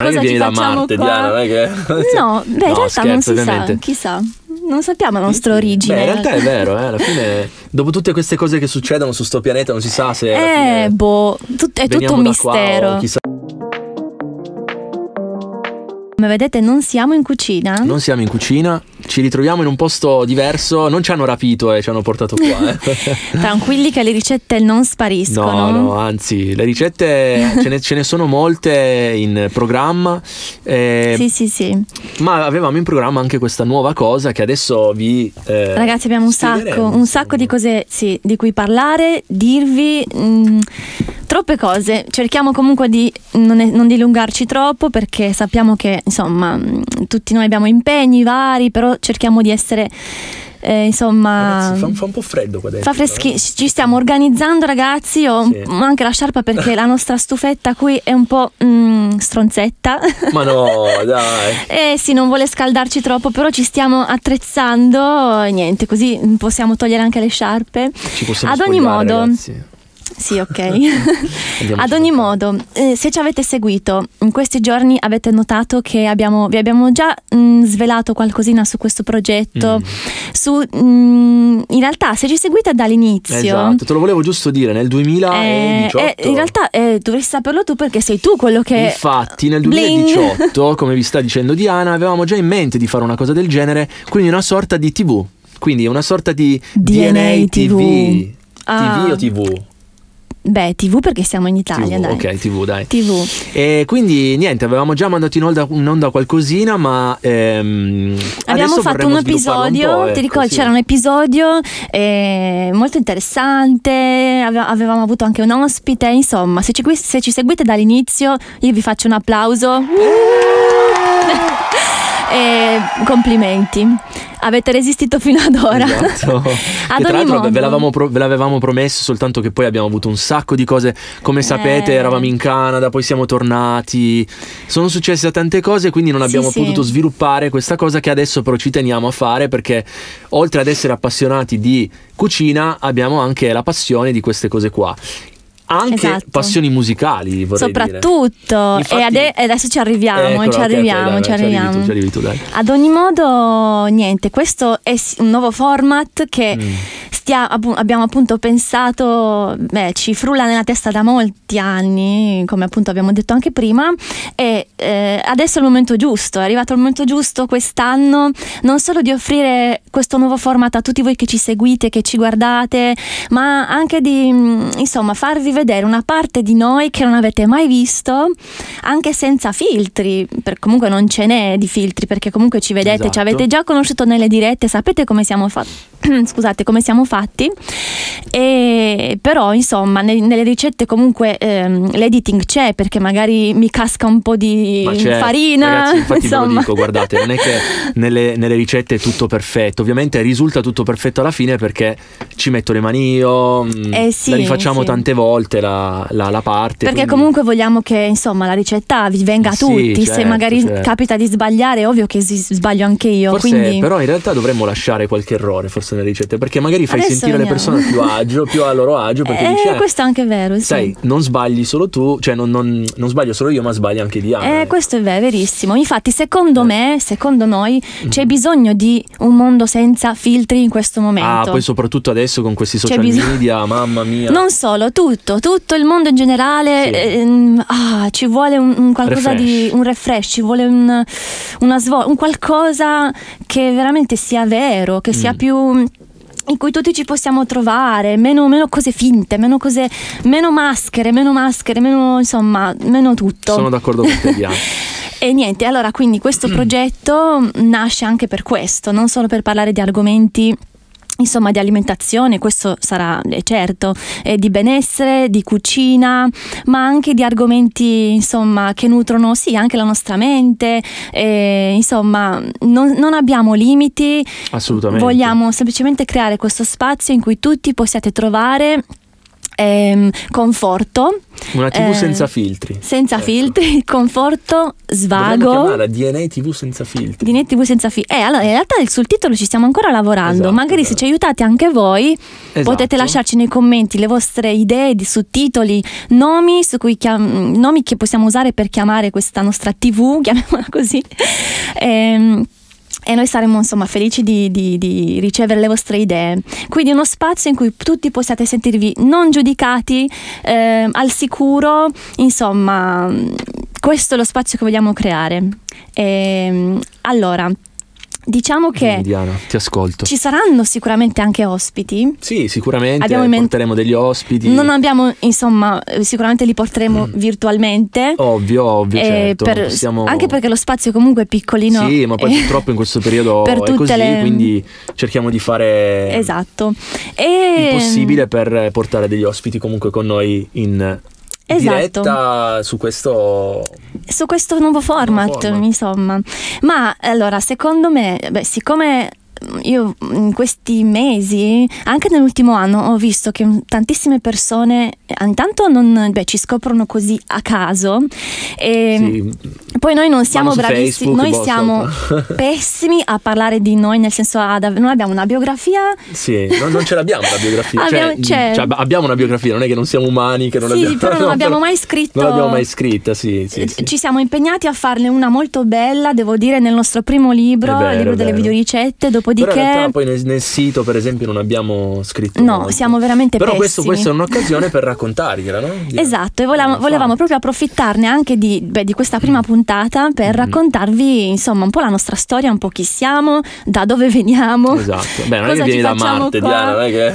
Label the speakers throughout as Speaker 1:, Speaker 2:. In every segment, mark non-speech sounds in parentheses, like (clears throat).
Speaker 1: Non è che
Speaker 2: Cosa
Speaker 1: vieni
Speaker 2: ci
Speaker 1: da
Speaker 2: facciamo
Speaker 1: Marte,
Speaker 2: qua?
Speaker 1: Diana, non è che...
Speaker 2: No, beh, in
Speaker 1: No,
Speaker 2: realtà
Speaker 1: scherzo,
Speaker 2: non si sa,
Speaker 1: ovviamente.
Speaker 2: chissà. Non sappiamo la nostra origine.
Speaker 1: Beh, in realtà è vero, eh, alla fine, dopo tutte queste cose che succedono su sto pianeta, non si sa se... alla fine
Speaker 2: Eh, boh, tut- è tutto
Speaker 1: veniamo
Speaker 2: un
Speaker 1: da qua o
Speaker 2: mistero.
Speaker 1: chissà.
Speaker 2: Come vedete, non siamo in cucina.
Speaker 1: Non siamo in cucina, ci ritroviamo in un posto diverso, non ci hanno rapito e ci hanno portato qua. eh.
Speaker 2: (laughs) Tranquilli che le
Speaker 1: (laughs)
Speaker 2: ricette non spariscono.
Speaker 1: No, no, anzi, le ricette ce ne, ce ne sono molte in programma, eh,
Speaker 2: Sì, sì, sì.
Speaker 1: ma avevamo in programma anche questa nuova cosa che adesso vi... eh,
Speaker 2: Ragazzi, abbiamo un
Speaker 1: spiegheremo,
Speaker 2: sacco, un sacco di
Speaker 1: insomma.
Speaker 2: cose sì, di cui parlare, dirvi. mm, troppe cose. Cerchiamo comunque di non, non dilungarci troppo perché sappiamo che, insomma, mm, tutti noi abbiamo impegni vari, però cerchiamo di essere. eh, insomma,
Speaker 1: Ah, Ragazzi, fa, un- fa un po' freddo qua dentro.
Speaker 2: Ehm,
Speaker 1: eh.
Speaker 2: Fa freschi, ci stiamo organizzando ragazzi, ho
Speaker 1: Sì.
Speaker 2: anche la sciarpa perché la nostra stufetta qui è un po' mm, stronzetta.
Speaker 1: Ma
Speaker 2: (laughs)
Speaker 1: no, dai.
Speaker 2: Eh sì, non vuole scaldarci troppo, però ci stiamo attrezzando e niente, così possiamo togliere anche le sciarpe.
Speaker 1: Ci possiamo
Speaker 2: Ad ogni
Speaker 1: spogliare,
Speaker 2: modo-
Speaker 1: ragazzi.
Speaker 2: Sì, ok.
Speaker 1: (laughs)
Speaker 2: (laughs)
Speaker 1: Andiamo
Speaker 2: Ad
Speaker 1: su.
Speaker 2: ogni modo, eh, se ci avete seguito in questi giorni avete notato che abbiamo- vi abbiamo già mm, svelato qualcosina su questo progetto.
Speaker 1: Mm.
Speaker 2: Su, mm, in realtà, se ci seguite dall'inizio...
Speaker 1: Esatto, te lo volevo giusto dire, nel 2018.
Speaker 2: Eh, eh, in realtà eh, dovresti saperlo tu perché sei tu quello che...
Speaker 1: Infatti nel
Speaker 2: Bling.
Speaker 1: 2018, come vi sta dicendo Diana, avevamo già in mente di fare una cosa del genere, quindi una sorta di TV, quindi una sorta di
Speaker 2: DNA
Speaker 1: DNA TV.
Speaker 2: Ah.
Speaker 1: TV o TV?
Speaker 2: Beh, TV perché siamo in Italia,
Speaker 1: TV,
Speaker 2: dai.
Speaker 1: Ok, TV, dai.
Speaker 2: TV.
Speaker 1: E quindi niente, avevamo già mandato in onda, in onda qualcosina, ma ehm,
Speaker 2: Abbiamo
Speaker 1: adesso
Speaker 2: fatto
Speaker 1: vorremmo
Speaker 2: un
Speaker 1: svilupparlo un
Speaker 2: episodio,
Speaker 1: po',
Speaker 2: ti
Speaker 1: ecco,
Speaker 2: ricordi
Speaker 1: sì.
Speaker 2: c'era un episodio eh, molto interessante, ave- avevamo avuto anche un ospite, insomma, se ci, qui- se ci seguite dall'inizio io vi faccio
Speaker 1: (laughs)
Speaker 2: un applauso e complimenti, avete resistito fino ad ora.
Speaker 1: Esatto.
Speaker 2: (laughs) Ad
Speaker 1: Che tra
Speaker 2: ogni
Speaker 1: l'altro
Speaker 2: modo-
Speaker 1: ve l'avevamo, pro- ve l'avevamo promesso, soltanto che poi abbiamo avuto un sacco di cose. Come sapete,
Speaker 2: Eh.
Speaker 1: eravamo in Canada, poi siamo tornati. Sono successe tante cose, quindi non
Speaker 2: Sì,
Speaker 1: abbiamo
Speaker 2: sì.
Speaker 1: potuto sviluppare questa cosa che adesso però ci teniamo a fare perché oltre ad essere appassionati di cucina, abbiamo anche la passione di queste cose qua. Anche
Speaker 2: Esatto.
Speaker 1: passioni musicali, vorrei dire.
Speaker 2: Soprattutto,
Speaker 1: Infatti-
Speaker 2: e ade- adesso ci arriviamo,
Speaker 1: Eccolo,
Speaker 2: ci
Speaker 1: ok, ok, dai,
Speaker 2: arriviamo,
Speaker 1: dai,
Speaker 2: ci
Speaker 1: arrivi tu,
Speaker 2: arriviamo.
Speaker 1: ci arrivi tu, dai.
Speaker 2: Ad ogni modo, niente, questo è s- un nuovo format che
Speaker 1: Mm.
Speaker 2: stia- appu- abbiamo appunto pensato, beh, ci frulla nella testa da molti anni, come appunto abbiamo detto anche prima, e eh, adesso è il momento giusto, è arrivato il momento giusto quest'anno, non solo di offrire questo nuovo format a tutti voi che ci seguite, che ci guardate, ma anche di mm, insomma farvi vedere una parte di noi che non avete mai visto, anche senza filtri, per- comunque non ce n'è di filtri perché comunque ci vedete, ci
Speaker 1: Esatto.
Speaker 2: avete già conosciuto nelle dirette, sapete come siamo fatti. (clears throat) Scusate, come siamo fatti, e, però insomma ne- nelle ricette comunque ehm, l'editing c'è perché magari mi casca un po' di
Speaker 1: Ma c'è-
Speaker 2: farina.
Speaker 1: Ragazzi, infatti ve lo
Speaker 2: insomma.
Speaker 1: dico, guardate, non è
Speaker 2: (laughs)
Speaker 1: che nelle, nelle ricette è tutto perfetto. Ovviamente risulta tutto perfetto alla fine perché ci metto le mani io, mh,
Speaker 2: Eh sì,
Speaker 1: la rifacciamo
Speaker 2: sì.
Speaker 1: tante volte la, la- la parte.
Speaker 2: Perché
Speaker 1: quindi-
Speaker 2: comunque vogliamo che insomma la ricetta vi venga a
Speaker 1: Sì,
Speaker 2: tutti, se
Speaker 1: certo,
Speaker 2: magari
Speaker 1: certo.
Speaker 2: capita di sbagliare è ovvio che si- sbaglio anche io,
Speaker 1: Forse,
Speaker 2: quindi
Speaker 1: però in realtà dovremmo lasciare qualche errore forse nelle ricette perché magari fai
Speaker 2: Adesso
Speaker 1: sentire le
Speaker 2: vediamo.
Speaker 1: persone più a agio, più a loro agio perché
Speaker 2: Eh,
Speaker 1: dici, eh,
Speaker 2: questo è anche vero, sì.
Speaker 1: sai, non sbagli solo tu, cioè non, non- non sbaglio solo io ma sbagli anche Diana.
Speaker 2: Eh, questo è vero, verissimo. Infatti,
Speaker 1: Eh.
Speaker 2: secondo me, secondo noi, c'è bisogno di un mondo senza filtri in questo
Speaker 1: Mm-hmm. Ah,
Speaker 2: momento.
Speaker 1: poi soprattutto adesso con questi social
Speaker 2: bisogno-
Speaker 1: media, mamma mia.
Speaker 2: non solo, tutto, tutto il mondo in generale,
Speaker 1: Sì.
Speaker 2: ehm, ah, ci vuole un, un qualcosa di
Speaker 1: Refresh.
Speaker 2: un refresh, ci vuole un, una svol- un qualcosa che veramente sia vero, che sia
Speaker 1: Mm.
Speaker 2: più in cui tutti ci possiamo trovare, meno, meno cose finte, meno cose, meno maschere, meno maschere, meno insomma, meno tutto.
Speaker 1: Sono d'accordo con te
Speaker 2: (laughs)
Speaker 1: Diana.
Speaker 2: E niente, allora quindi questo progetto nasce anche per questo, non solo per parlare di argomenti. Insomma, di alimentazione, questo sarà eh, certo, eh, di benessere, di cucina, ma anche di argomenti, insomma, che nutrono sì anche la nostra mente. eh, insomma, non, non abbiamo limiti,
Speaker 1: Assolutamente.
Speaker 2: vogliamo semplicemente creare questo spazio in cui tutti possiate trovare ehm, conforto.
Speaker 1: Una TV
Speaker 2: eh,
Speaker 1: senza filtri.
Speaker 2: Senza
Speaker 1: Ecco.
Speaker 2: filtri, (laughs) conforto,
Speaker 1: Dovremmo
Speaker 2: svago.
Speaker 1: chiamarla DNA TV senza filtri.
Speaker 2: Di Net TV senza fili. Eh, allora, in realtà sul titolo ci stiamo ancora lavorando.
Speaker 1: Esatto,
Speaker 2: Magari se
Speaker 1: esatto.
Speaker 2: ci aiutate anche voi,
Speaker 1: Esatto.
Speaker 2: potete lasciarci nei commenti le vostre idee di sottotitoli, nomi, su cui chiam- nomi che possiamo usare per chiamare questa nostra TV, (laughs) chiamiamola così. Ehm, E noi saremo insomma felici di, di- di ricevere le vostre idee. Quindi uno spazio in cui tutti possiate sentirvi non giudicati, ehm, al sicuro, insomma, questo è lo spazio che vogliamo creare. Ehm, allora, diciamo che
Speaker 1: Dimmi, Diana, ti ascolto.
Speaker 2: ci saranno sicuramente anche ospiti.
Speaker 1: Sì, sicuramente
Speaker 2: Abbiamo in mente-
Speaker 1: porteremo degli ospiti.
Speaker 2: Non abbiamo, insomma, eh, sicuramente li porteremo virtualmente.
Speaker 1: Ovvio, Mm. ovvio,
Speaker 2: eh,
Speaker 1: certo.
Speaker 2: per-
Speaker 1: non possiamo-
Speaker 2: Anche perché lo spazio comunque è piccolino.
Speaker 1: Sì, ma
Speaker 2: (laughs)
Speaker 1: poi
Speaker 2: eh,
Speaker 1: purtroppo in questo periodo
Speaker 2: per
Speaker 1: è
Speaker 2: tutte
Speaker 1: così,
Speaker 2: le-
Speaker 1: quindi cerchiamo di fare
Speaker 2: Esatto. E...
Speaker 1: il possibile per portare degli ospiti comunque con noi in
Speaker 2: Esatto.
Speaker 1: diretta su questo...
Speaker 2: mm, su questo nuovo format,
Speaker 1: Nuovo format.
Speaker 2: insomma. Ma allora, secondo me, beh, siccome io in questi mesi, anche nell'ultimo anno, ho visto che tantissime persone eh, intanto non, beh, ci scoprono così a caso. ehm, E
Speaker 1: sì,
Speaker 2: Poi noi non siamo
Speaker 1: vanno su
Speaker 2: bravissimi,
Speaker 1: Facebook,
Speaker 2: noi
Speaker 1: boh, (laughs)
Speaker 2: siamo
Speaker 1: sopra.
Speaker 2: pessimi a parlare di noi, nel senso ad av- noi abbiamo una biografia
Speaker 1: Sì, no- non ce l'abbiamo la biografia.
Speaker 2: Abbiamo-
Speaker 1: cioè,
Speaker 2: cioè-
Speaker 1: cioè, abba- abbiamo una biografia, non è che non siamo umani, che non
Speaker 2: Sì,
Speaker 1: abbiamo...
Speaker 2: però
Speaker 1: (laughs)
Speaker 2: non
Speaker 1: no,
Speaker 2: abbiamo
Speaker 1: però-
Speaker 2: mai scritto-
Speaker 1: Non l'abbiamo mai scritta, sì, sì,
Speaker 2: Eh,
Speaker 1: sì.
Speaker 2: Ci siamo impegnati a farne una molto bella, devo dire, nel nostro primo libro,
Speaker 1: È vero,
Speaker 2: il
Speaker 1: è
Speaker 2: libro delle
Speaker 1: vero.
Speaker 2: videoricette,
Speaker 1: Però in realtà
Speaker 2: dopodiché...
Speaker 1: poi nel, nel sito, per esempio, non abbiamo scritto
Speaker 2: No,
Speaker 1: molto.
Speaker 2: siamo veramente
Speaker 1: Però questo,
Speaker 2: pessimi.
Speaker 1: questa è un'occasione per raccontargliela,
Speaker 2: (laughs)
Speaker 1: no? Di-
Speaker 2: Esatto, e volevamo,
Speaker 1: Eh,
Speaker 2: volevamo
Speaker 1: infatti.
Speaker 2: proprio approfittarne anche di, beh, di questa prima puntata per
Speaker 1: Mhm.
Speaker 2: raccontarvi insomma un po' la nostra storia, un po' chi siamo, da dove veniamo.
Speaker 1: Esatto. Beh, non è
Speaker 2: Cosa
Speaker 1: che
Speaker 2: ci
Speaker 1: vieni da
Speaker 2: facciamo
Speaker 1: Marte,
Speaker 2: qua?
Speaker 1: Diana, non è che...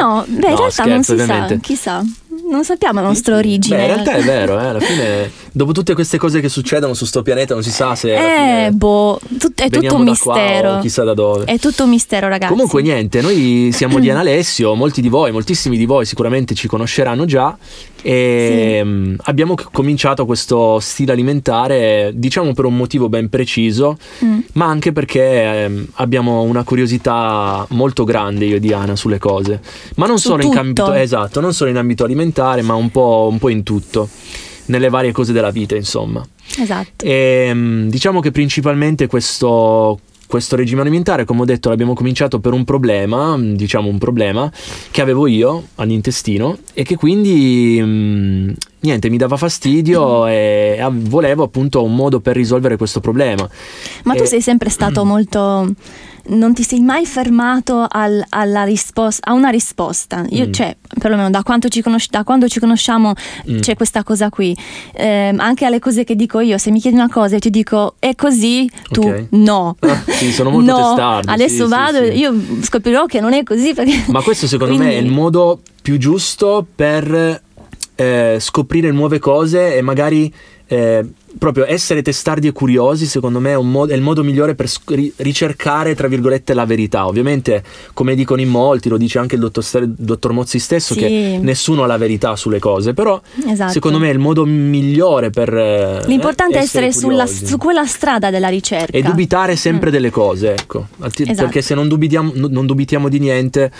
Speaker 2: No, beh, in
Speaker 1: No,
Speaker 2: realtà non
Speaker 1: scherzo,
Speaker 2: si
Speaker 1: ovviamente.
Speaker 2: sa, chissà, non sappiamo la nostra origine.
Speaker 1: Beh, in realtà è vero, eh, alla fine, dopo tutte queste cose che succedono su sto pianeta, non si sa se. alla
Speaker 2: Eh,
Speaker 1: fine
Speaker 2: boh, tut- è tutto
Speaker 1: veniamo
Speaker 2: un
Speaker 1: da qua
Speaker 2: mistero.
Speaker 1: o chissà da dove.
Speaker 2: È tutto un mistero, ragazzi.
Speaker 1: Comunque niente, noi siamo
Speaker 2: (clears throat)
Speaker 1: Diana Alessio, molti di voi, moltissimi di voi sicuramente ci conosceranno già e mm, abbiamo c- cominciato questo stile alimentare diciamo per un motivo ben preciso,
Speaker 2: Mm.
Speaker 1: ma anche perché ehm, abbiamo una curiosità molto grande io e Diana sulle cose, ma non
Speaker 2: Su
Speaker 1: solo in
Speaker 2: tutto.
Speaker 1: ambito esatto, non solo in ambito alimentare, ma un po', un po' in tutto, nelle varie cose della vita, insomma.
Speaker 2: Esatto.
Speaker 1: E, mh, diciamo che principalmente questo, questo regime alimentare, come ho detto, l'abbiamo cominciato per un problema, mh, diciamo un problema che avevo io all'intestino e che quindi mh, niente mi dava fastidio e av- volevo appunto un modo per risolvere questo problema.
Speaker 2: Ma tu
Speaker 1: Eh,
Speaker 2: sei sempre
Speaker 1: (clears throat)
Speaker 2: stato molto. Non ti sei mai fermato al- alla rispos- a una risposta. Io,
Speaker 1: Mm.
Speaker 2: cioè, perlomeno da, quanto ci conosci- da quando ci conosciamo
Speaker 1: Mm.
Speaker 2: c'è questa cosa qui. Ehm, anche alle cose che dico io, se mi chiedi una cosa e ti dico è così, tu
Speaker 1: Ok.
Speaker 2: no.
Speaker 1: Ah, sì, sono molto
Speaker 2: no,
Speaker 1: testardo, sì,
Speaker 2: Adesso
Speaker 1: sì,
Speaker 2: vado,
Speaker 1: sì.
Speaker 2: io scoprirò che non è così. Perché...
Speaker 1: Ma questo secondo me è
Speaker 2: Quindi-
Speaker 1: il modo più giusto per eh, scoprire nuove cose e magari eh, proprio essere testardi e curiosi, secondo me è, un mo- è il modo migliore per sc- ri- ricercare, tra virgolette, la verità. Ovviamente, come dicono in molti, lo dice anche il dottor, Star- dottor Mozzi stesso,
Speaker 2: Sì.
Speaker 1: che nessuno ha la verità sulle cose, però
Speaker 2: Esatto.
Speaker 1: secondo me è il modo migliore per... eh,
Speaker 2: L'importante è essere, sulla,
Speaker 1: curiosi.
Speaker 2: su quella strada della ricerca.
Speaker 1: E dubitare sempre
Speaker 2: Mm.
Speaker 1: delle cose, ecco. Atti-
Speaker 2: Esatto.
Speaker 1: Perché se non dubitiamo, no- non dubitiamo di niente,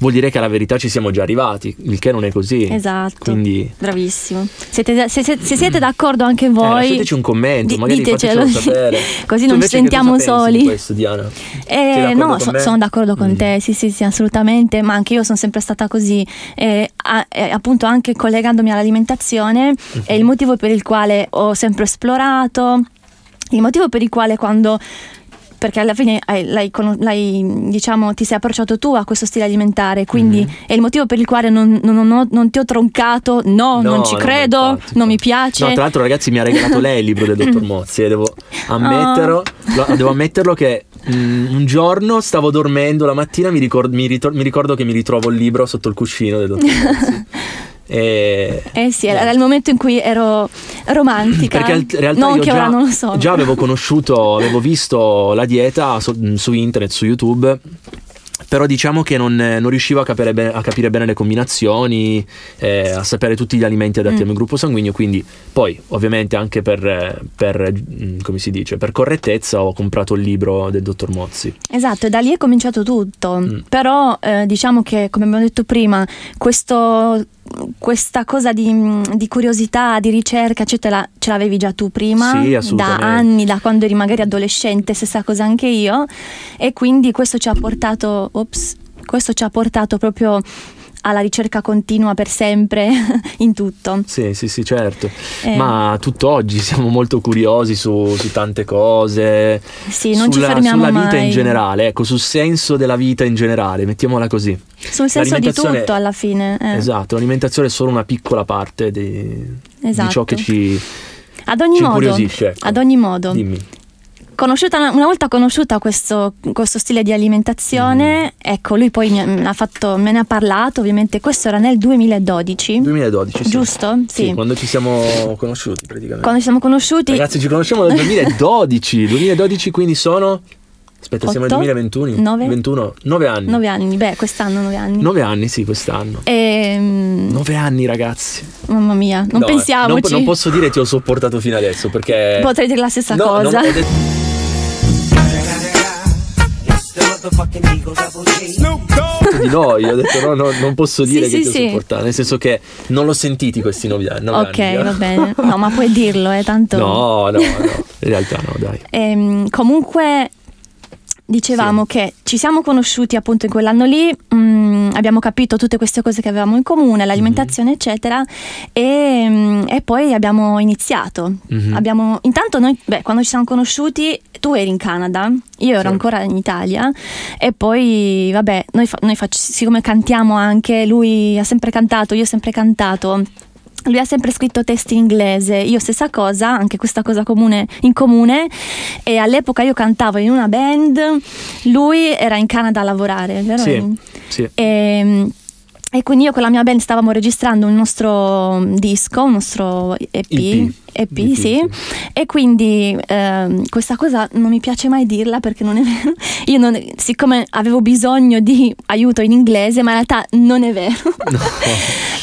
Speaker 1: vuol dire che alla verità ci siamo già arrivati, il che non è così.
Speaker 2: Esatto.
Speaker 1: Quindi.
Speaker 2: Bravissimo. Siete- se, se- se siete d'accordo anche
Speaker 1: eh,
Speaker 2: voi,
Speaker 1: lasciateci un commento,
Speaker 2: di-
Speaker 1: magari
Speaker 2: ditecelo,
Speaker 1: fatecelo sapere.
Speaker 2: (laughs) così
Speaker 1: Tu invece
Speaker 2: non ci
Speaker 1: che cosa
Speaker 2: sentiamo
Speaker 1: pensi di
Speaker 2: soli.
Speaker 1: questo, Diana?
Speaker 2: Eh,
Speaker 1: Sei d'accordo
Speaker 2: no,
Speaker 1: con
Speaker 2: so-
Speaker 1: me?
Speaker 2: sono d'accordo con
Speaker 1: Mm.
Speaker 2: te, sì, sì, sì, assolutamente, ma anche io sono sempre stata così, Eh, a- eh, appunto anche collegandomi all'alimentazione, è
Speaker 1: Mhm.
Speaker 2: il motivo per il quale ho sempre esplorato, il motivo per il quale quando... Perché alla fine hai- l'hai, con- l'hai, diciamo, ti sei approcciato tu a questo stile alimentare, quindi
Speaker 1: Mhm.
Speaker 2: è il motivo per il quale non, non- non ho- non ti ho troncato, no,
Speaker 1: No,
Speaker 2: non ci
Speaker 1: no,
Speaker 2: credo,
Speaker 1: infatti,
Speaker 2: non mi
Speaker 1: infatti.
Speaker 2: piace.
Speaker 1: No, tra l'altro, ragazzi, mi ha regalato lei il libro del
Speaker 2: Mm.
Speaker 1: dottor Mozzi. E devo ammetterlo,
Speaker 2: Oh.
Speaker 1: lo- devo ammetterlo che mm, un giorno stavo dormendo la mattina, mi, ricord- mi ritor- mi ricordo che mi ritrovo il libro sotto il cuscino del dottor
Speaker 2: (laughs)
Speaker 1: Mozzi. E-
Speaker 2: Eh sì, era era il momento in cui ero romantica.
Speaker 1: Perché in realtà
Speaker 2: non
Speaker 1: io
Speaker 2: che
Speaker 1: già,
Speaker 2: ora non lo so.
Speaker 1: già avevo conosciuto, avevo visto la dieta su, su internet, su YouTube. Però diciamo che non, non riuscivo a capire, bene, a capire bene le combinazioni, eh, a sapere tutti gli alimenti adatti
Speaker 2: Mm.
Speaker 1: al mio gruppo sanguigno, quindi poi ovviamente anche per, eh, per, mm, come si dice, per correttezza ho comprato il libro del dottor Mozzi.
Speaker 2: Esatto, e da lì è cominciato tutto.
Speaker 1: Mm.
Speaker 2: Però eh, diciamo che, come abbiamo detto prima, questo questa cosa di, mm, di curiosità, di ricerca, cioè te la- ce l'avevi già tu prima,
Speaker 1: Sì,
Speaker 2: da
Speaker 1: assolutamente.
Speaker 2: anni, da quando eri magari adolescente, stessa cosa anche io, e quindi questo ci ha portato, ops, questo ci ha portato proprio alla ricerca continua per sempre (laughs) in tutto.
Speaker 1: Sì, sì, sì, certo.
Speaker 2: Eh,
Speaker 1: Ma tutt'oggi siamo molto curiosi su, su tante cose,
Speaker 2: sì, non ci
Speaker 1: sulla,
Speaker 2: fermiamo
Speaker 1: sulla vita
Speaker 2: mai.
Speaker 1: in generale, ecco, sul senso della vita in generale, mettiamola così.
Speaker 2: Sul senso di
Speaker 1: L'alimentazione-
Speaker 2: tutto alla fine. eh,
Speaker 1: Esatto, l'alimentazione è solo una piccola parte di, di
Speaker 2: esatto.
Speaker 1: ciò che ci,
Speaker 2: Ad ogni
Speaker 1: ci
Speaker 2: modo,
Speaker 1: incuriosisce. ecco.
Speaker 2: ad ogni modo,
Speaker 1: Dimmi.
Speaker 2: conosciuta- una volta conosciuta questo, questo stile di alimentazione,
Speaker 1: Mm.
Speaker 2: ecco, lui poi ne- ha fatto- me ne ha parlato, ovviamente questo era nel 2012,
Speaker 1: 2012, sì.
Speaker 2: giusto?
Speaker 1: Sì, quando ci siamo conosciuti praticamente.
Speaker 2: Quando ci siamo conosciuti,
Speaker 1: Ragazzi, ci conosciamo
Speaker 2: (laughs)
Speaker 1: dal 2012. 2012 quindi sono Aspetta, siamo nel
Speaker 2: Otto,
Speaker 1: 2021.
Speaker 2: nove.
Speaker 1: 21, 9 anni.
Speaker 2: 9 anni, beh, quest'anno 9 anni.
Speaker 1: Nove anni, sì, quest'anno.
Speaker 2: Ehm,
Speaker 1: 9 anni, ragazzi.
Speaker 2: Mamma mia, non
Speaker 1: No, eh, Non,
Speaker 2: pensiamoci.
Speaker 1: non posso dire ti ho sopportato fino adesso perché
Speaker 2: Potrei dire la stessa
Speaker 1: No, non
Speaker 2: cosa.
Speaker 1: ho detto-
Speaker 3: It's the motherfucking Eagle Double G.
Speaker 1: di noi, ho detto no, no, non posso
Speaker 2: Sì,
Speaker 1: dire
Speaker 2: sì,
Speaker 1: che ti
Speaker 2: sì.
Speaker 1: ho sopportato, nel senso che non l'ho sentiti questi nove anni. nove
Speaker 2: ok,
Speaker 1: anni.
Speaker 2: va bene. No, ma puoi dirlo, eh, tanto.
Speaker 1: No, no, no, in realtà no, dai.
Speaker 2: Ehm, comunque dicevamo che ci siamo conosciuti appunto in quell'anno lì, mm, abbiamo capito tutte queste cose che avevamo in comune, l'alimentazione eccetera e, mm, e poi abbiamo iniziato.
Speaker 1: Mhm.
Speaker 2: Abbiamo, intanto noi, beh, quando ci siamo conosciuti tu eri in Canada, io ero
Speaker 1: Sì.
Speaker 2: ancora in Italia e poi vabbè, noi, fa- noi fac- siccome cantiamo anche, lui ha sempre cantato, io ho sempre cantato. Lui ha sempre scritto testi in inglese, io stessa cosa, anche questa cosa comune in comune. E all'epoca io cantavo in una band, lui era in Canada a lavorare, vero?
Speaker 1: Sì, sì.
Speaker 2: E, Ehm, e quindi io con la mia band stavamo registrando un nostro disco, un nostro EP.
Speaker 1: EP.
Speaker 2: EP,
Speaker 1: EP,
Speaker 2: sì. E quindi ehm, questa cosa non mi piace mai dirla perché non è (laughs) vero. Io non, siccome avevo bisogno di aiuto in inglese, ma in realtà non è vero. (laughs)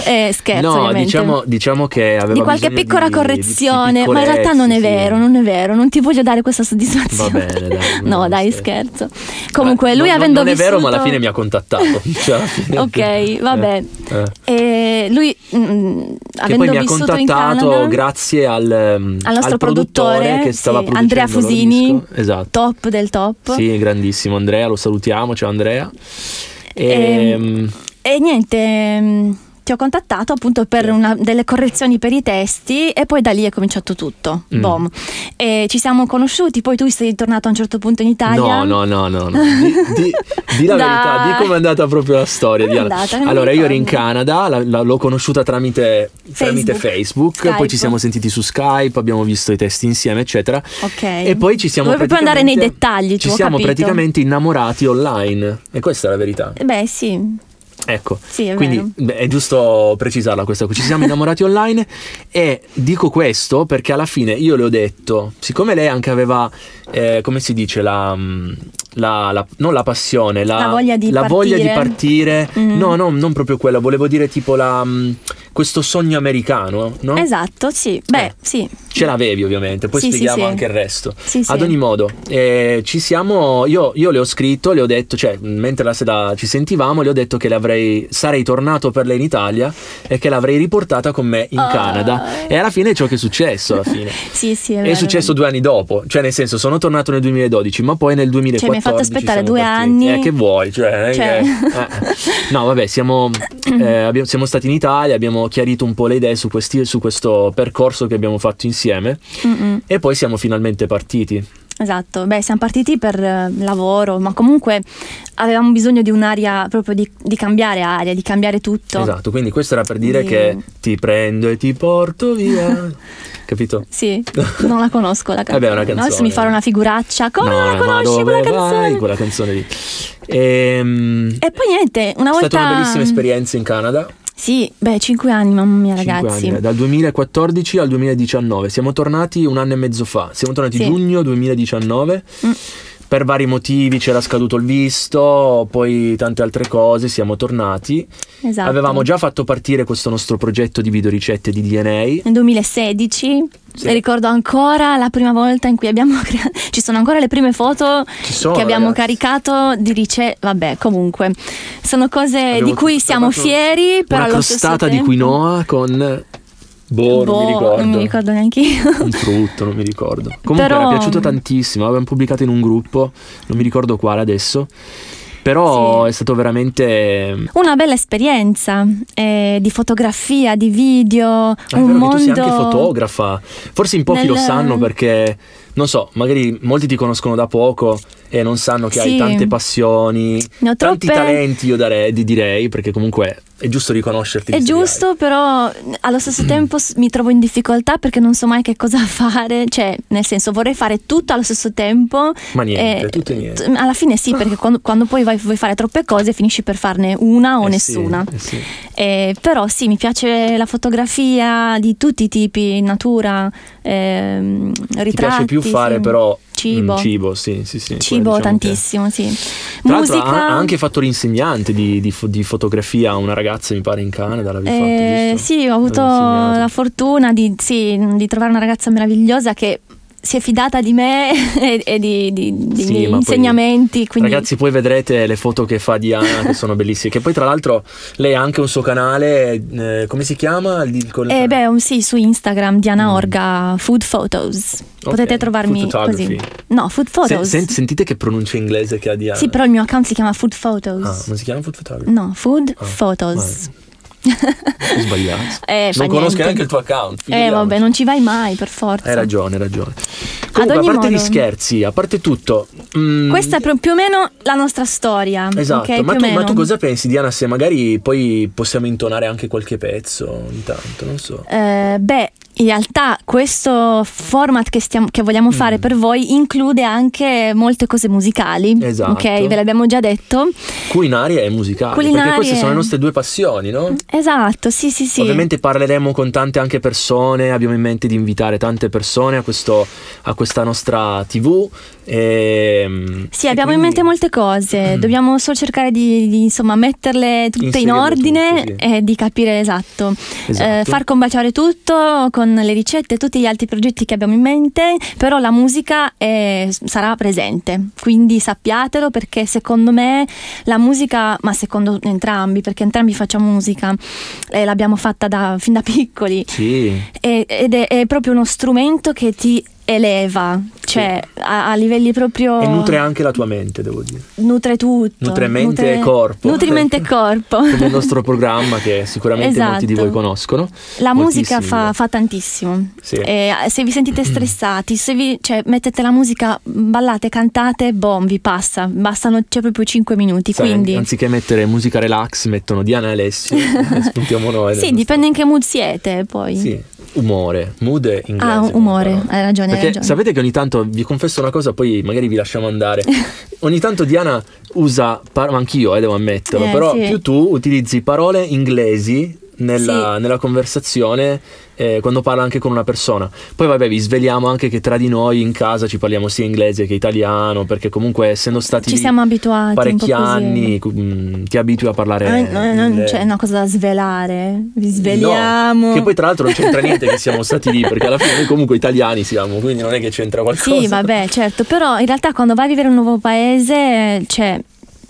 Speaker 2: Eh, scherzo,
Speaker 1: no,
Speaker 2: ovviamente.
Speaker 1: diciamo, diciamo che aveva
Speaker 2: di qualche
Speaker 1: bisogno
Speaker 2: piccola
Speaker 1: di- di- di
Speaker 2: correzione, ma in
Speaker 1: piccolezze,
Speaker 2: realtà non è
Speaker 1: sì.
Speaker 2: vero, non è vero, non ti voglio dare questa soddisfazione.
Speaker 1: Va bene, dai,
Speaker 2: (laughs) no,
Speaker 1: no,
Speaker 2: dai,
Speaker 1: scherzo.
Speaker 2: scherzo. Comunque,
Speaker 1: Beh,
Speaker 2: lui
Speaker 1: Eh, no, no,
Speaker 2: avendo
Speaker 1: non è
Speaker 2: vissuto
Speaker 1: vero, ma alla fine mi ha
Speaker 2: (laughs)
Speaker 1: contattato. (laughs) Cioè, alla fine-
Speaker 2: Ok, vabbè.
Speaker 1: Eh, eh.
Speaker 2: E lui mm,
Speaker 1: Che
Speaker 2: avendo
Speaker 1: poi mi ha
Speaker 2: vissuto in
Speaker 1: contattato
Speaker 2: Canada,
Speaker 1: grazie al, ehm,
Speaker 2: al nostro
Speaker 1: al produttore, che stava
Speaker 2: sì,
Speaker 1: producendo
Speaker 2: Andrea
Speaker 1: il loro
Speaker 2: Fusini,
Speaker 1: disco. Esatto.
Speaker 2: top del top.
Speaker 1: Sì, grandissimo Andrea, lo salutiamo, ciao Andrea.
Speaker 2: Ehm,
Speaker 1: Ehm,
Speaker 2: E niente, mm, ti ho contattato appunto per
Speaker 1: Sì.
Speaker 2: una- delle correzioni per i testi e poi da lì è cominciato tutto.
Speaker 1: Mm.
Speaker 2: Boom. E ci siamo conosciuti, poi tu sei tornato a un certo punto in Italia.
Speaker 1: No, no, no,
Speaker 2: (laughs)
Speaker 1: no, no. Di, di- di la
Speaker 2: Dai.
Speaker 1: verità, di come è andata proprio la storia.
Speaker 2: Com'è
Speaker 1: Diana.
Speaker 2: andata? Non mi
Speaker 1: Allora, io ero in
Speaker 2: ricordo.
Speaker 1: Canada, la- la- l'ho conosciuta tramite Facebook, tramite Facebook
Speaker 2: Skype.
Speaker 1: poi ci siamo sentiti su Skype, abbiamo visto i testi insieme, eccetera.
Speaker 2: Ok.
Speaker 1: E poi ci siamo
Speaker 2: Vuoi proprio andare nei
Speaker 1: praticamente-
Speaker 2: dettagli,
Speaker 1: Ci
Speaker 2: tu, ho
Speaker 1: siamo
Speaker 2: capito. Eh,
Speaker 1: praticamente innamorati online. E questa è la verità.
Speaker 2: Beh, sì.
Speaker 1: Ecco.
Speaker 2: Sì, è
Speaker 1: Quindi
Speaker 2: vero.
Speaker 1: beh, è giusto precisarla questa cosa. Ci siamo innamorati online e dico questo perché alla fine io le ho detto, siccome lei anche aveva, eh, come si dice, la, mm, la- la- non la passione, la,
Speaker 2: La voglia di
Speaker 1: la voglia di partire,
Speaker 2: Mm.
Speaker 1: no, no, non proprio quello, volevo dire tipo la, mm, questo sogno americano, no?
Speaker 2: Esatto, sì. Beh,
Speaker 1: Eh.
Speaker 2: sì.
Speaker 1: Ce l'avevi ovviamente, poi
Speaker 2: Sì, sì,
Speaker 1: spieghiamo
Speaker 2: sì.
Speaker 1: anche il resto.
Speaker 2: Sì, sì.
Speaker 1: Ad ogni modo, eh, ci siamo. Io, io le ho scritto, le ho detto, cioè, mentre la sera ci sentivamo, le ho detto che le avrei- sarei tornato per lei in Italia e che l'avrei riportata con me in
Speaker 2: Ah.
Speaker 1: Canada. E alla fine è ciò che è successo. Alla fine.
Speaker 2: (laughs) Sì, sì, è
Speaker 1: È
Speaker 2: vero.
Speaker 1: successo due anni dopo, cioè nel senso sono tornato nel 2012, ma poi nel 2014
Speaker 2: Cioè, mi hai fatto aspettare
Speaker 1: siamo
Speaker 2: due
Speaker 1: partiti. Eh,
Speaker 2: anni.
Speaker 1: che vuoi, cioè, eh,
Speaker 2: Cioè. Mm.
Speaker 1: eh.
Speaker 2: (laughs)
Speaker 1: No, vabbè, siamo, eh, abbiamo- siamo stati in Italia, abbiamo chiarito un po' le idee su, questi- su questo percorso che abbiamo fatto insieme
Speaker 2: Mm-mm.
Speaker 1: e poi siamo finalmente partiti.
Speaker 2: Esatto, beh, siamo partiti per eh, lavoro, ma comunque avevamo bisogno di un'aria proprio di, di cambiare aria, di cambiare tutto.
Speaker 1: Esatto, quindi questo era per dire
Speaker 2: Quindi-
Speaker 1: che ti prendo e ti porto via.
Speaker 2: (laughs)
Speaker 1: Capito? (laughs)
Speaker 2: Sì, non la conosco la canzone.
Speaker 1: Vabbè, Eh è una
Speaker 2: no?
Speaker 1: canzone.
Speaker 2: Adesso mi farò una figuraccia. Come
Speaker 1: no,
Speaker 2: non la
Speaker 1: ma
Speaker 2: conosci
Speaker 1: dove
Speaker 2: quella
Speaker 1: vai?
Speaker 2: canzone?
Speaker 1: Quella canzone lì. Ehm,
Speaker 2: E poi niente, una
Speaker 1: è
Speaker 2: volta
Speaker 1: stata una bellissima esperienza in Canada.
Speaker 2: Sì, beh, 5 anni, mamma mia,
Speaker 1: Cinque
Speaker 2: ragazzi.
Speaker 1: anni, dal 2014 al 2019. Siamo tornati un anno e mezzo fa. Siamo tornati
Speaker 2: Sì.
Speaker 1: giugno 2019.
Speaker 2: Mm.
Speaker 1: Per vari motivi c'era scaduto il visto, poi tante altre cose, siamo tornati.
Speaker 2: Esatto.
Speaker 1: eh. Avevamo già fatto partire questo nostro progetto di videoricette di DNA.
Speaker 2: Nel 2016
Speaker 1: Sì.
Speaker 2: ricordo ancora la prima volta in cui abbiamo (laughs) crea- Ci sono ancora le prime foto
Speaker 1: Ci sono,
Speaker 2: che abbiamo
Speaker 1: ragazzi.
Speaker 2: caricato di rice. Vabbè, comunque, sono cose di
Speaker 1: Abbiamo
Speaker 2: cui
Speaker 1: tutta
Speaker 2: siamo
Speaker 1: fatto
Speaker 2: fieri. Però
Speaker 1: Una
Speaker 2: allo stesso
Speaker 1: crostata di
Speaker 2: tempo-
Speaker 1: quinoa con... Boh, non mi ricordo.
Speaker 2: non mi ricordo neanche io. (laughs)
Speaker 1: un frutto, non mi ricordo. Comunque
Speaker 2: Però-
Speaker 1: era piaciuto tantissimo, l'avevamo pubblicato in un gruppo, non mi ricordo quale adesso. Però
Speaker 2: Sì.
Speaker 1: è stato veramente
Speaker 2: Una bella esperienza eh, di fotografia, di video,
Speaker 1: Ah, È
Speaker 2: un
Speaker 1: vero
Speaker 2: mondo.
Speaker 1: che tu sei anche fotografa. Forse in pochi lo
Speaker 2: Nel-
Speaker 1: sanno perché, non so, magari molti ti conoscono da poco e non sanno che hai
Speaker 2: Sì.
Speaker 1: tante passioni,
Speaker 2: Ne ho
Speaker 1: tanti
Speaker 2: troppe.
Speaker 1: talenti, io darei, di- direi, perché comunque è giusto riconoscerti.
Speaker 2: È
Speaker 1: visto che
Speaker 2: giusto, però eh,
Speaker 1: (clears throat)
Speaker 2: allo stesso tempo s- mi trovo in difficoltà perché non so mai che cosa (laughs) fare, cioè nel senso vorrei fare tutto allo stesso tempo.
Speaker 1: hai. Ma niente,
Speaker 2: eh,
Speaker 1: tutto e niente.
Speaker 2: t- Alla
Speaker 1: (laughs)
Speaker 2: fine sì, perché quando, quando poi vai- vuoi fare troppe cose finisci per farne una
Speaker 1: Eh
Speaker 2: o
Speaker 1: sì,
Speaker 2: nessuna.
Speaker 1: eh sì.
Speaker 2: Eh, però sì, mi piace la fotografia di tutti i tipi, natura, ehm, ritratti.
Speaker 1: Ti piace più fare
Speaker 2: sì.
Speaker 1: però mm,
Speaker 2: Cibo.
Speaker 1: cibo, sì, sì, sì.
Speaker 2: Cibo
Speaker 1: Quello diciamo che-
Speaker 2: tantissimo, sì.
Speaker 1: Tra l'altro
Speaker 2: Musica.
Speaker 1: ha ha anche fatto l'insegnante di, di fo- di fotografia a una ragazza, mi pare, in Canada. L'avevi
Speaker 2: Eh,
Speaker 1: fatto, giusto?
Speaker 2: sì, ho avuto
Speaker 1: L'avevi insegnato.
Speaker 2: la fortuna di, sì, di trovare una ragazza meravigliosa che si è fidata di me (laughs) e, e di, di- dei
Speaker 1: Sì,
Speaker 2: miei
Speaker 1: ma poi-
Speaker 2: insegnamenti. Quindi
Speaker 1: Ragazzi, poi vedrete le foto che fa Diana, che sono bellissime. Che poi, tra l'altro, lei ha anche un suo canale. eh, come si chiama? Il- col-
Speaker 2: Eh, beh, un- sì, su Instagram Diana
Speaker 1: Mm.
Speaker 2: Orga Food Photos.
Speaker 1: Ok,
Speaker 2: Potete trovarmi
Speaker 1: food photography.
Speaker 2: così. No, Food
Speaker 1: Se-
Speaker 2: Photos.
Speaker 1: sen- sentite che pronuncia inglese che ha Diana.
Speaker 2: Sì, però il mio account si chiama Food
Speaker 1: Ah,
Speaker 2: Photos.
Speaker 1: non si chiama food photography?
Speaker 2: (laughs) No, Food
Speaker 1: Ah,
Speaker 2: Photos.
Speaker 1: Ho sbagliato.
Speaker 2: Eh, fa
Speaker 1: non conosco
Speaker 2: niente.
Speaker 1: neanche il tuo account.
Speaker 2: Eh,
Speaker 1: figuriamoci.
Speaker 2: vabbè, non ci vai mai per forza.
Speaker 1: Hai ragione, hai ragione. Comunque,
Speaker 2: ogni
Speaker 1: a parte gli
Speaker 2: modo-
Speaker 1: scherzi, a parte tutto. mm,
Speaker 2: Questa è pro- più o meno la nostra storia.
Speaker 1: Esatto,
Speaker 2: ok?
Speaker 1: ma,
Speaker 2: Più o
Speaker 1: tu, ma
Speaker 2: meno.
Speaker 1: tu cosa pensi Diana se magari poi possiamo intonare anche qualche pezzo intanto, non so.
Speaker 2: Eh, beh, in realtà questo format che, stiamo- che vogliamo fare
Speaker 1: Mm.
Speaker 2: per voi include anche molte cose musicali.
Speaker 1: Esatto.
Speaker 2: Ok, ve l'abbiamo già detto.
Speaker 1: Culinaria e musicale,
Speaker 2: Culinaria.
Speaker 1: perché queste sono le nostre due passioni, no?
Speaker 2: Esatto, sì, sì, sì.
Speaker 1: Ovviamente parleremo con tante anche persone, abbiamo in mente di invitare tante persone a, questo, a questa nostra TV. E, Mm.
Speaker 2: Sì, abbiamo in mente molte cose, dobbiamo solo cercare di, di, insomma metterle tutte in
Speaker 1: Inserirle
Speaker 2: ordine
Speaker 1: tutte,
Speaker 2: e di capire esatto,
Speaker 1: Esatto.
Speaker 2: Eh, far combaciare tutto con le ricette e tutti gli altri progetti che abbiamo in mente, però la musica è- sarà presente, quindi sappiatelo perché secondo me la musica, ma secondo entrambi, perché entrambi facciamo musica, eh, l'abbiamo fatta da- fin da piccoli,
Speaker 1: Sì,
Speaker 2: e- ed è, è proprio uno strumento che ti eleva, cioè a, a livelli proprio...
Speaker 1: e nutre anche la tua mente, devo dire.
Speaker 2: nutre tutto.
Speaker 1: Nutre mente e corpo. (laughs)
Speaker 2: Nutri mente e corpo.
Speaker 1: Come il nostro programma che sicuramente molti di
Speaker 2: Esatto.
Speaker 1: voi conoscono.
Speaker 2: La musica
Speaker 1: moltissimi.
Speaker 2: fa, fa tantissimo.
Speaker 1: Sì.
Speaker 2: E, eh, se
Speaker 1: (clears throat)
Speaker 2: vi sentite stressati, se vi, cioè, mettete la musica, ballate, cantate, boom, vi passa. Bastano cioè, proprio 5 minuti.
Speaker 1: Sai,
Speaker 2: quindi.
Speaker 1: Anziché mettere musica relax, mettono Diana e
Speaker 2: (laughs)
Speaker 1: Alessio. e spuntiamo noi.
Speaker 2: sì, dipende in che mood siete poi.
Speaker 1: Sì, umore, mood è inglese.
Speaker 2: Ah, umore,
Speaker 1: però.
Speaker 2: hai ragione. hai
Speaker 1: Perché
Speaker 2: ragione.
Speaker 1: sapete che ogni tanto, vi confesso una cosa, poi magari vi lasciamo
Speaker 2: (laughs)
Speaker 1: andare. ogni tanto Diana usa, par- ma anch'io eh, devo ammetterlo,
Speaker 2: Eh,
Speaker 1: però
Speaker 2: sì.
Speaker 1: più tu utilizzi parole inglesi nella,
Speaker 2: Sì.
Speaker 1: nella conversazione eh, quando parla anche con una persona. Poi vabbè vi sveliamo anche che tra di noi in casa ci parliamo sia inglese che italiano, perché comunque essendo stati
Speaker 2: Ci
Speaker 1: lì
Speaker 2: siamo abituati.
Speaker 1: parecchi
Speaker 2: un po così.
Speaker 1: anni cu- mm, ti abitui a parlare.
Speaker 2: Ah, no, no,
Speaker 1: inglese.
Speaker 2: cioè, è una cosa da svelare. Vi
Speaker 1: No,
Speaker 2: sveliamo.
Speaker 1: che poi tra l'altro non c'entra niente che siamo stati lì, perché alla
Speaker 2: (laughs)
Speaker 1: fine noi comunque italiani siamo, quindi non è che c'entra qualcosa.
Speaker 2: Sì, vabbè, certo, però in realtà quando vai a vivere in un nuovo paese, cioè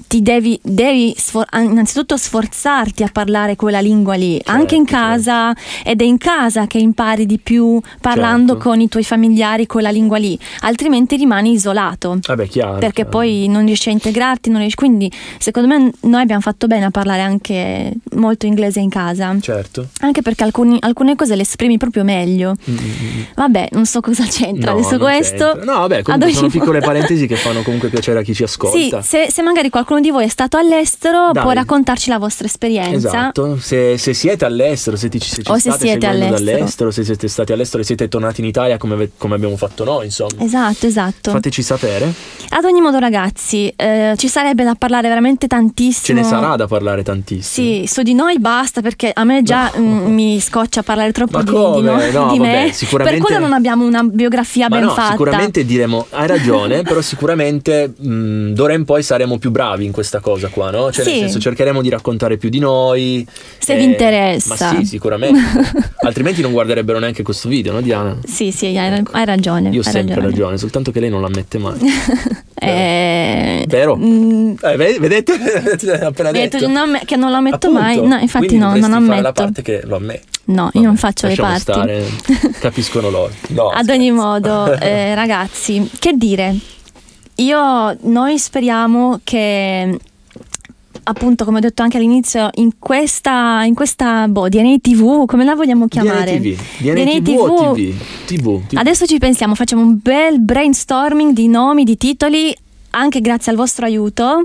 Speaker 2: ti devi, devi sfor- innanzitutto sforzarti a parlare quella lingua lì, anche in
Speaker 1: certo.
Speaker 2: casa, ed è in casa che impari di più parlando
Speaker 1: Certo.
Speaker 2: con i tuoi familiari quella lingua lì, altrimenti rimani isolato.
Speaker 1: Vabbè, chiaro.
Speaker 2: Perché
Speaker 1: chiaro.
Speaker 2: poi non riesci a integrarti, non riesci- quindi secondo me noi abbiamo fatto bene a parlare anche molto inglese in casa,
Speaker 1: Certo.
Speaker 2: anche perché alcuni- alcune cose le esprimi proprio meglio.
Speaker 1: Mm, mm, mm.
Speaker 2: Vabbè, non so cosa c'entra
Speaker 1: No,
Speaker 2: adesso
Speaker 1: non
Speaker 2: questo.
Speaker 1: c'entra. No, vabbè,
Speaker 2: Ad
Speaker 1: comunque
Speaker 2: ogni
Speaker 1: sono piccole
Speaker 2: modo.
Speaker 1: parentesi che fanno comunque piacere a chi ci ascolta.
Speaker 2: (laughs) Sì, se, se magari qualcuno di voi è stato all'estero,
Speaker 1: Dai.
Speaker 2: può raccontarci la vostra esperienza.
Speaker 1: Esatto, se, se siete all'estero, se, ti, se ci
Speaker 2: O se
Speaker 1: state
Speaker 2: siete
Speaker 1: seguendo
Speaker 2: all'estero.
Speaker 1: dall'estero, se siete stati all'estero e siete tornati in Italia come, ave- come abbiamo fatto noi, insomma,
Speaker 2: Esatto, esatto.
Speaker 1: fateci sapere.
Speaker 2: Ad ogni modo, ragazzi, eh, ci sarebbe da parlare veramente tantissimo.
Speaker 1: Ce ne sarà da parlare tantissimo.
Speaker 2: Sì, su di noi basta perché a me già
Speaker 1: No.
Speaker 2: mm, mi scoccia parlare troppo
Speaker 1: Ma
Speaker 2: di,
Speaker 1: come?
Speaker 2: di noi-
Speaker 1: No,
Speaker 2: di
Speaker 1: vabbè,
Speaker 2: me.
Speaker 1: sicuramente-
Speaker 2: Per quello non abbiamo una biografia
Speaker 1: Ma
Speaker 2: Ah, ben
Speaker 1: no,
Speaker 2: fatta.
Speaker 1: sicuramente diremo hai ragione, però sicuramente mh, d'ora in poi saremo più bravi in questa cosa qua, no? Cioè, nel
Speaker 2: Sì.
Speaker 1: senso, cercheremo di raccontare più di noi.
Speaker 2: Se
Speaker 1: eh,
Speaker 2: vi interessa.
Speaker 1: Ma sì, sicuramente. Altrimenti non guarderebbero neanche questo video, no, Diana?
Speaker 2: (laughs) Sì, sì, hai, hai ragione.
Speaker 1: Io ho
Speaker 2: hai
Speaker 1: sempre ragione. soltanto che lei non l'ammette mai.
Speaker 2: Eh,
Speaker 1: Vero?
Speaker 2: mm,
Speaker 1: Eh, ve- vedete? (laughs) L'ha appena
Speaker 2: hai detto
Speaker 1: detto.
Speaker 2: non amme- che non lo ammetto
Speaker 1: Appunto.
Speaker 2: mai. No, infatti
Speaker 1: Quindi
Speaker 2: no, non
Speaker 1: dovresti fare la
Speaker 2: ammetto.
Speaker 1: parte che lo ammetto.
Speaker 2: No, io non faccio le parti.
Speaker 1: Stare,
Speaker 2: (laughs)
Speaker 1: capiscono loro. No,
Speaker 2: Ad
Speaker 1: scherzo. (laughs)
Speaker 2: ogni modo, eh, ragazzi, che dire? Io, noi speriamo che appunto come ho detto anche all'inizio in questa, in questa boh, DNA TV come la vogliamo chiamare
Speaker 1: DNA TV, DNA
Speaker 2: DNA
Speaker 1: TV o TV? TV, TV.
Speaker 2: adesso ci pensiamo facciamo un bel brainstorming di nomi di titoli anche grazie al vostro aiuto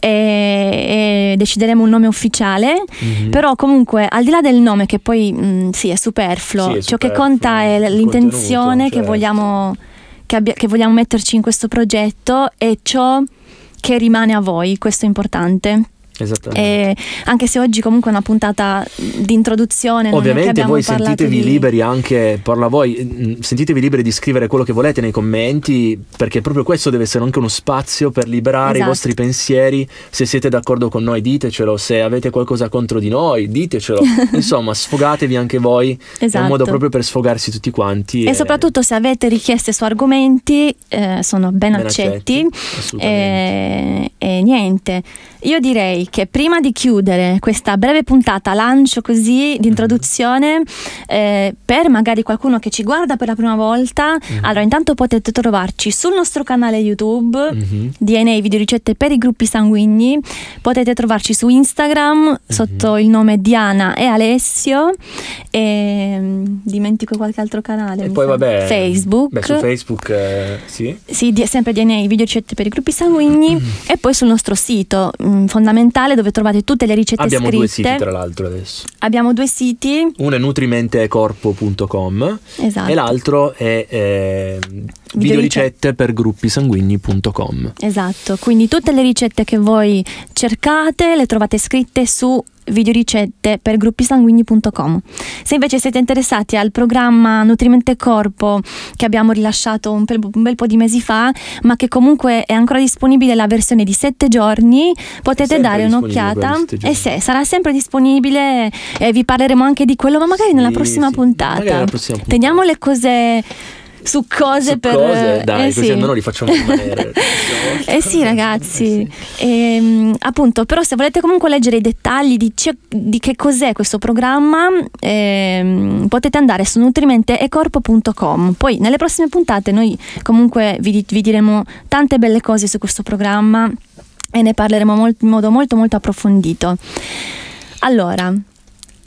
Speaker 2: e, e decideremo un nome ufficiale
Speaker 1: Mhm.
Speaker 2: però comunque al di là del nome che poi mh, sì è superfluo,
Speaker 1: Sì, è
Speaker 2: ciò che
Speaker 1: superfluo,
Speaker 2: conta è
Speaker 1: il
Speaker 2: l'intenzione
Speaker 1: contenuto,
Speaker 2: che,
Speaker 1: certo.
Speaker 2: vogliamo, che, abbia- che vogliamo metterci in questo progetto e ciò che rimane a voi, questo è importante.
Speaker 1: Mm. Esattamente.
Speaker 2: E anche se oggi comunque è una puntata di introduzione, Eh, non è che
Speaker 1: Ovviamente
Speaker 2: abbiamo
Speaker 1: voi
Speaker 2: parlato
Speaker 1: sentitevi
Speaker 2: di-
Speaker 1: liberi anche, parla a voi, mm, sentitevi liberi di scrivere quello che volete nei commenti, perché proprio questo deve essere anche uno spazio per liberare i
Speaker 2: Esatto.
Speaker 1: vostri pensieri. Se siete d'accordo con noi ditecelo, se avete qualcosa contro di noi
Speaker 2: (laughs)
Speaker 1: ditecelo. Insomma, sfogatevi anche voi, è
Speaker 2: Esatto.
Speaker 1: un modo proprio per sfogarsi tutti quanti.
Speaker 2: E soprattutto se avete richieste su argomenti, eh, sono ben,
Speaker 1: ben
Speaker 2: accetti. Eh,
Speaker 1: assolutamente.
Speaker 2: E, e niente, io direi che prima di chiudere questa breve puntata lancio così di introduzione eh, per magari qualcuno che ci guarda per la prima volta.
Speaker 1: Mm-hmm.
Speaker 2: Allora, intanto potete trovarci sul nostro canale YouTube.
Speaker 1: Mhm.
Speaker 2: DNA video ricette per i gruppi sanguigni potete trovarci su Instagram
Speaker 1: Mm-hmm.
Speaker 2: sotto il nome Diana e Alessio e mm, dimentico qualche altro canale
Speaker 1: E
Speaker 2: mi
Speaker 1: poi
Speaker 2: sa.
Speaker 1: vabbè,
Speaker 2: Facebook
Speaker 1: beh, su Facebook eh, sì.
Speaker 2: sì, di- sempre DNA, video ricette per i gruppi sanguigni
Speaker 1: Mm.
Speaker 2: e poi sul nostro sito mm, fondamentale dove trovate tutte le ricette
Speaker 1: Abbiamo
Speaker 2: scritte.
Speaker 1: due siti tra l'altro adesso.
Speaker 2: Abbiamo due siti,
Speaker 1: Uno è nutrimentecorpo.com
Speaker 2: esatto.
Speaker 1: E l'altro è eh, videoricette per gruppi sanguigni.com.
Speaker 2: Esatto, quindi tutte le ricette che voi cercate le trovate scritte su videoricette per gruppisanguigni.com. Se invece siete interessati al programma Nutrimente Corpo che abbiamo rilasciato un pel- un bel po' di mesi fa, ma che comunque è ancora disponibile la versione di 7 giorni, potete
Speaker 1: Sempre
Speaker 2: dare
Speaker 1: disponibile
Speaker 2: un'occhiata
Speaker 1: quella di sette
Speaker 2: e
Speaker 1: giorni.
Speaker 2: se sarà sempre disponibile e vi parleremo anche di quello, ma magari
Speaker 1: Sì,
Speaker 2: nella prossima
Speaker 1: sì,
Speaker 2: puntata.
Speaker 1: magari nella prossima puntata.
Speaker 2: Teniamo le cose succose
Speaker 1: Su
Speaker 2: per
Speaker 1: cose, dai,
Speaker 2: eh
Speaker 1: così
Speaker 2: sì.
Speaker 1: almeno li facciamo rimanere.
Speaker 2: (laughs) Eh sì ragazzi,
Speaker 1: Eh
Speaker 2: Ehm, appunto, però se volete comunque leggere i dettagli di, cio- di che cos'è questo programma, ehm, potete andare su nutrimenteecorpo.com. Poi nelle prossime puntate noi comunque vi, di- vi diremo tante belle cose su questo programma e ne parleremo mol- in modo molto molto approfondito. Allora,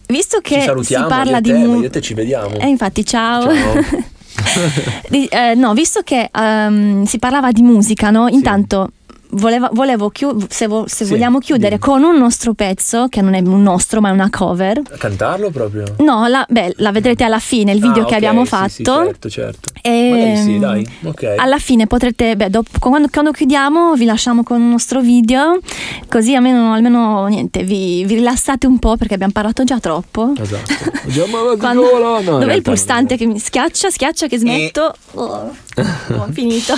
Speaker 2: visto
Speaker 1: Ci
Speaker 2: che si
Speaker 1: salutiamo, io
Speaker 2: parla
Speaker 1: e
Speaker 2: di...
Speaker 1: te,
Speaker 2: mu-
Speaker 1: ma io e te ci vediamo.
Speaker 2: Eh, infatti,
Speaker 1: Ciao.
Speaker 2: (laughs) di- eh, no, visto che ehm, si parlava di musica, no? Intanto voleva- volevo chiu- se, vo- se
Speaker 1: Sì,
Speaker 2: vogliamo chiudere
Speaker 1: dimmi.
Speaker 2: con un nostro pezzo, che non è un nostro, ma è una cover.
Speaker 1: Cantarlo proprio?
Speaker 2: No, la, beh, la vedrete alla fine, il video
Speaker 1: Ah,
Speaker 2: che
Speaker 1: ok,
Speaker 2: abbiamo
Speaker 1: sì,
Speaker 2: fatto.
Speaker 1: Sì, certo, certo.
Speaker 2: E,
Speaker 1: Magari sì,
Speaker 2: ehm,
Speaker 1: dai. Ok.
Speaker 2: Alla fine potrete, beh, dopo- quando, quando chiudiamo vi lasciamo con un nostro video, così almeno, almeno niente, vi, vi rilassate un po' perché abbiamo parlato già troppo. (laughs)
Speaker 1: Esatto. Andiamo avanti,
Speaker 2: Quando-
Speaker 1: Nicola. No, in
Speaker 2: Dov'è il
Speaker 1: realtà non-
Speaker 2: pulsante che mi schiaccia, schiaccia che smetto? Oh, ho finito.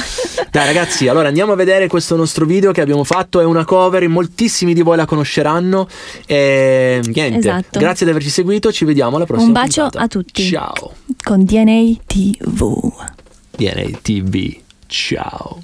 Speaker 1: Dai ragazzi, allora andiamo a vedere questo nostro video che abbiamo fatto, è una cover, in moltissimi di voi la conosceranno e niente,
Speaker 2: Esatto.
Speaker 1: grazie di averci seguito, ci vediamo alla (laughs) prossima
Speaker 2: Un bacio
Speaker 1: puntata.
Speaker 2: a tutti.
Speaker 1: Ciao,
Speaker 2: Con DNA TV.
Speaker 1: DNA TV, ciao.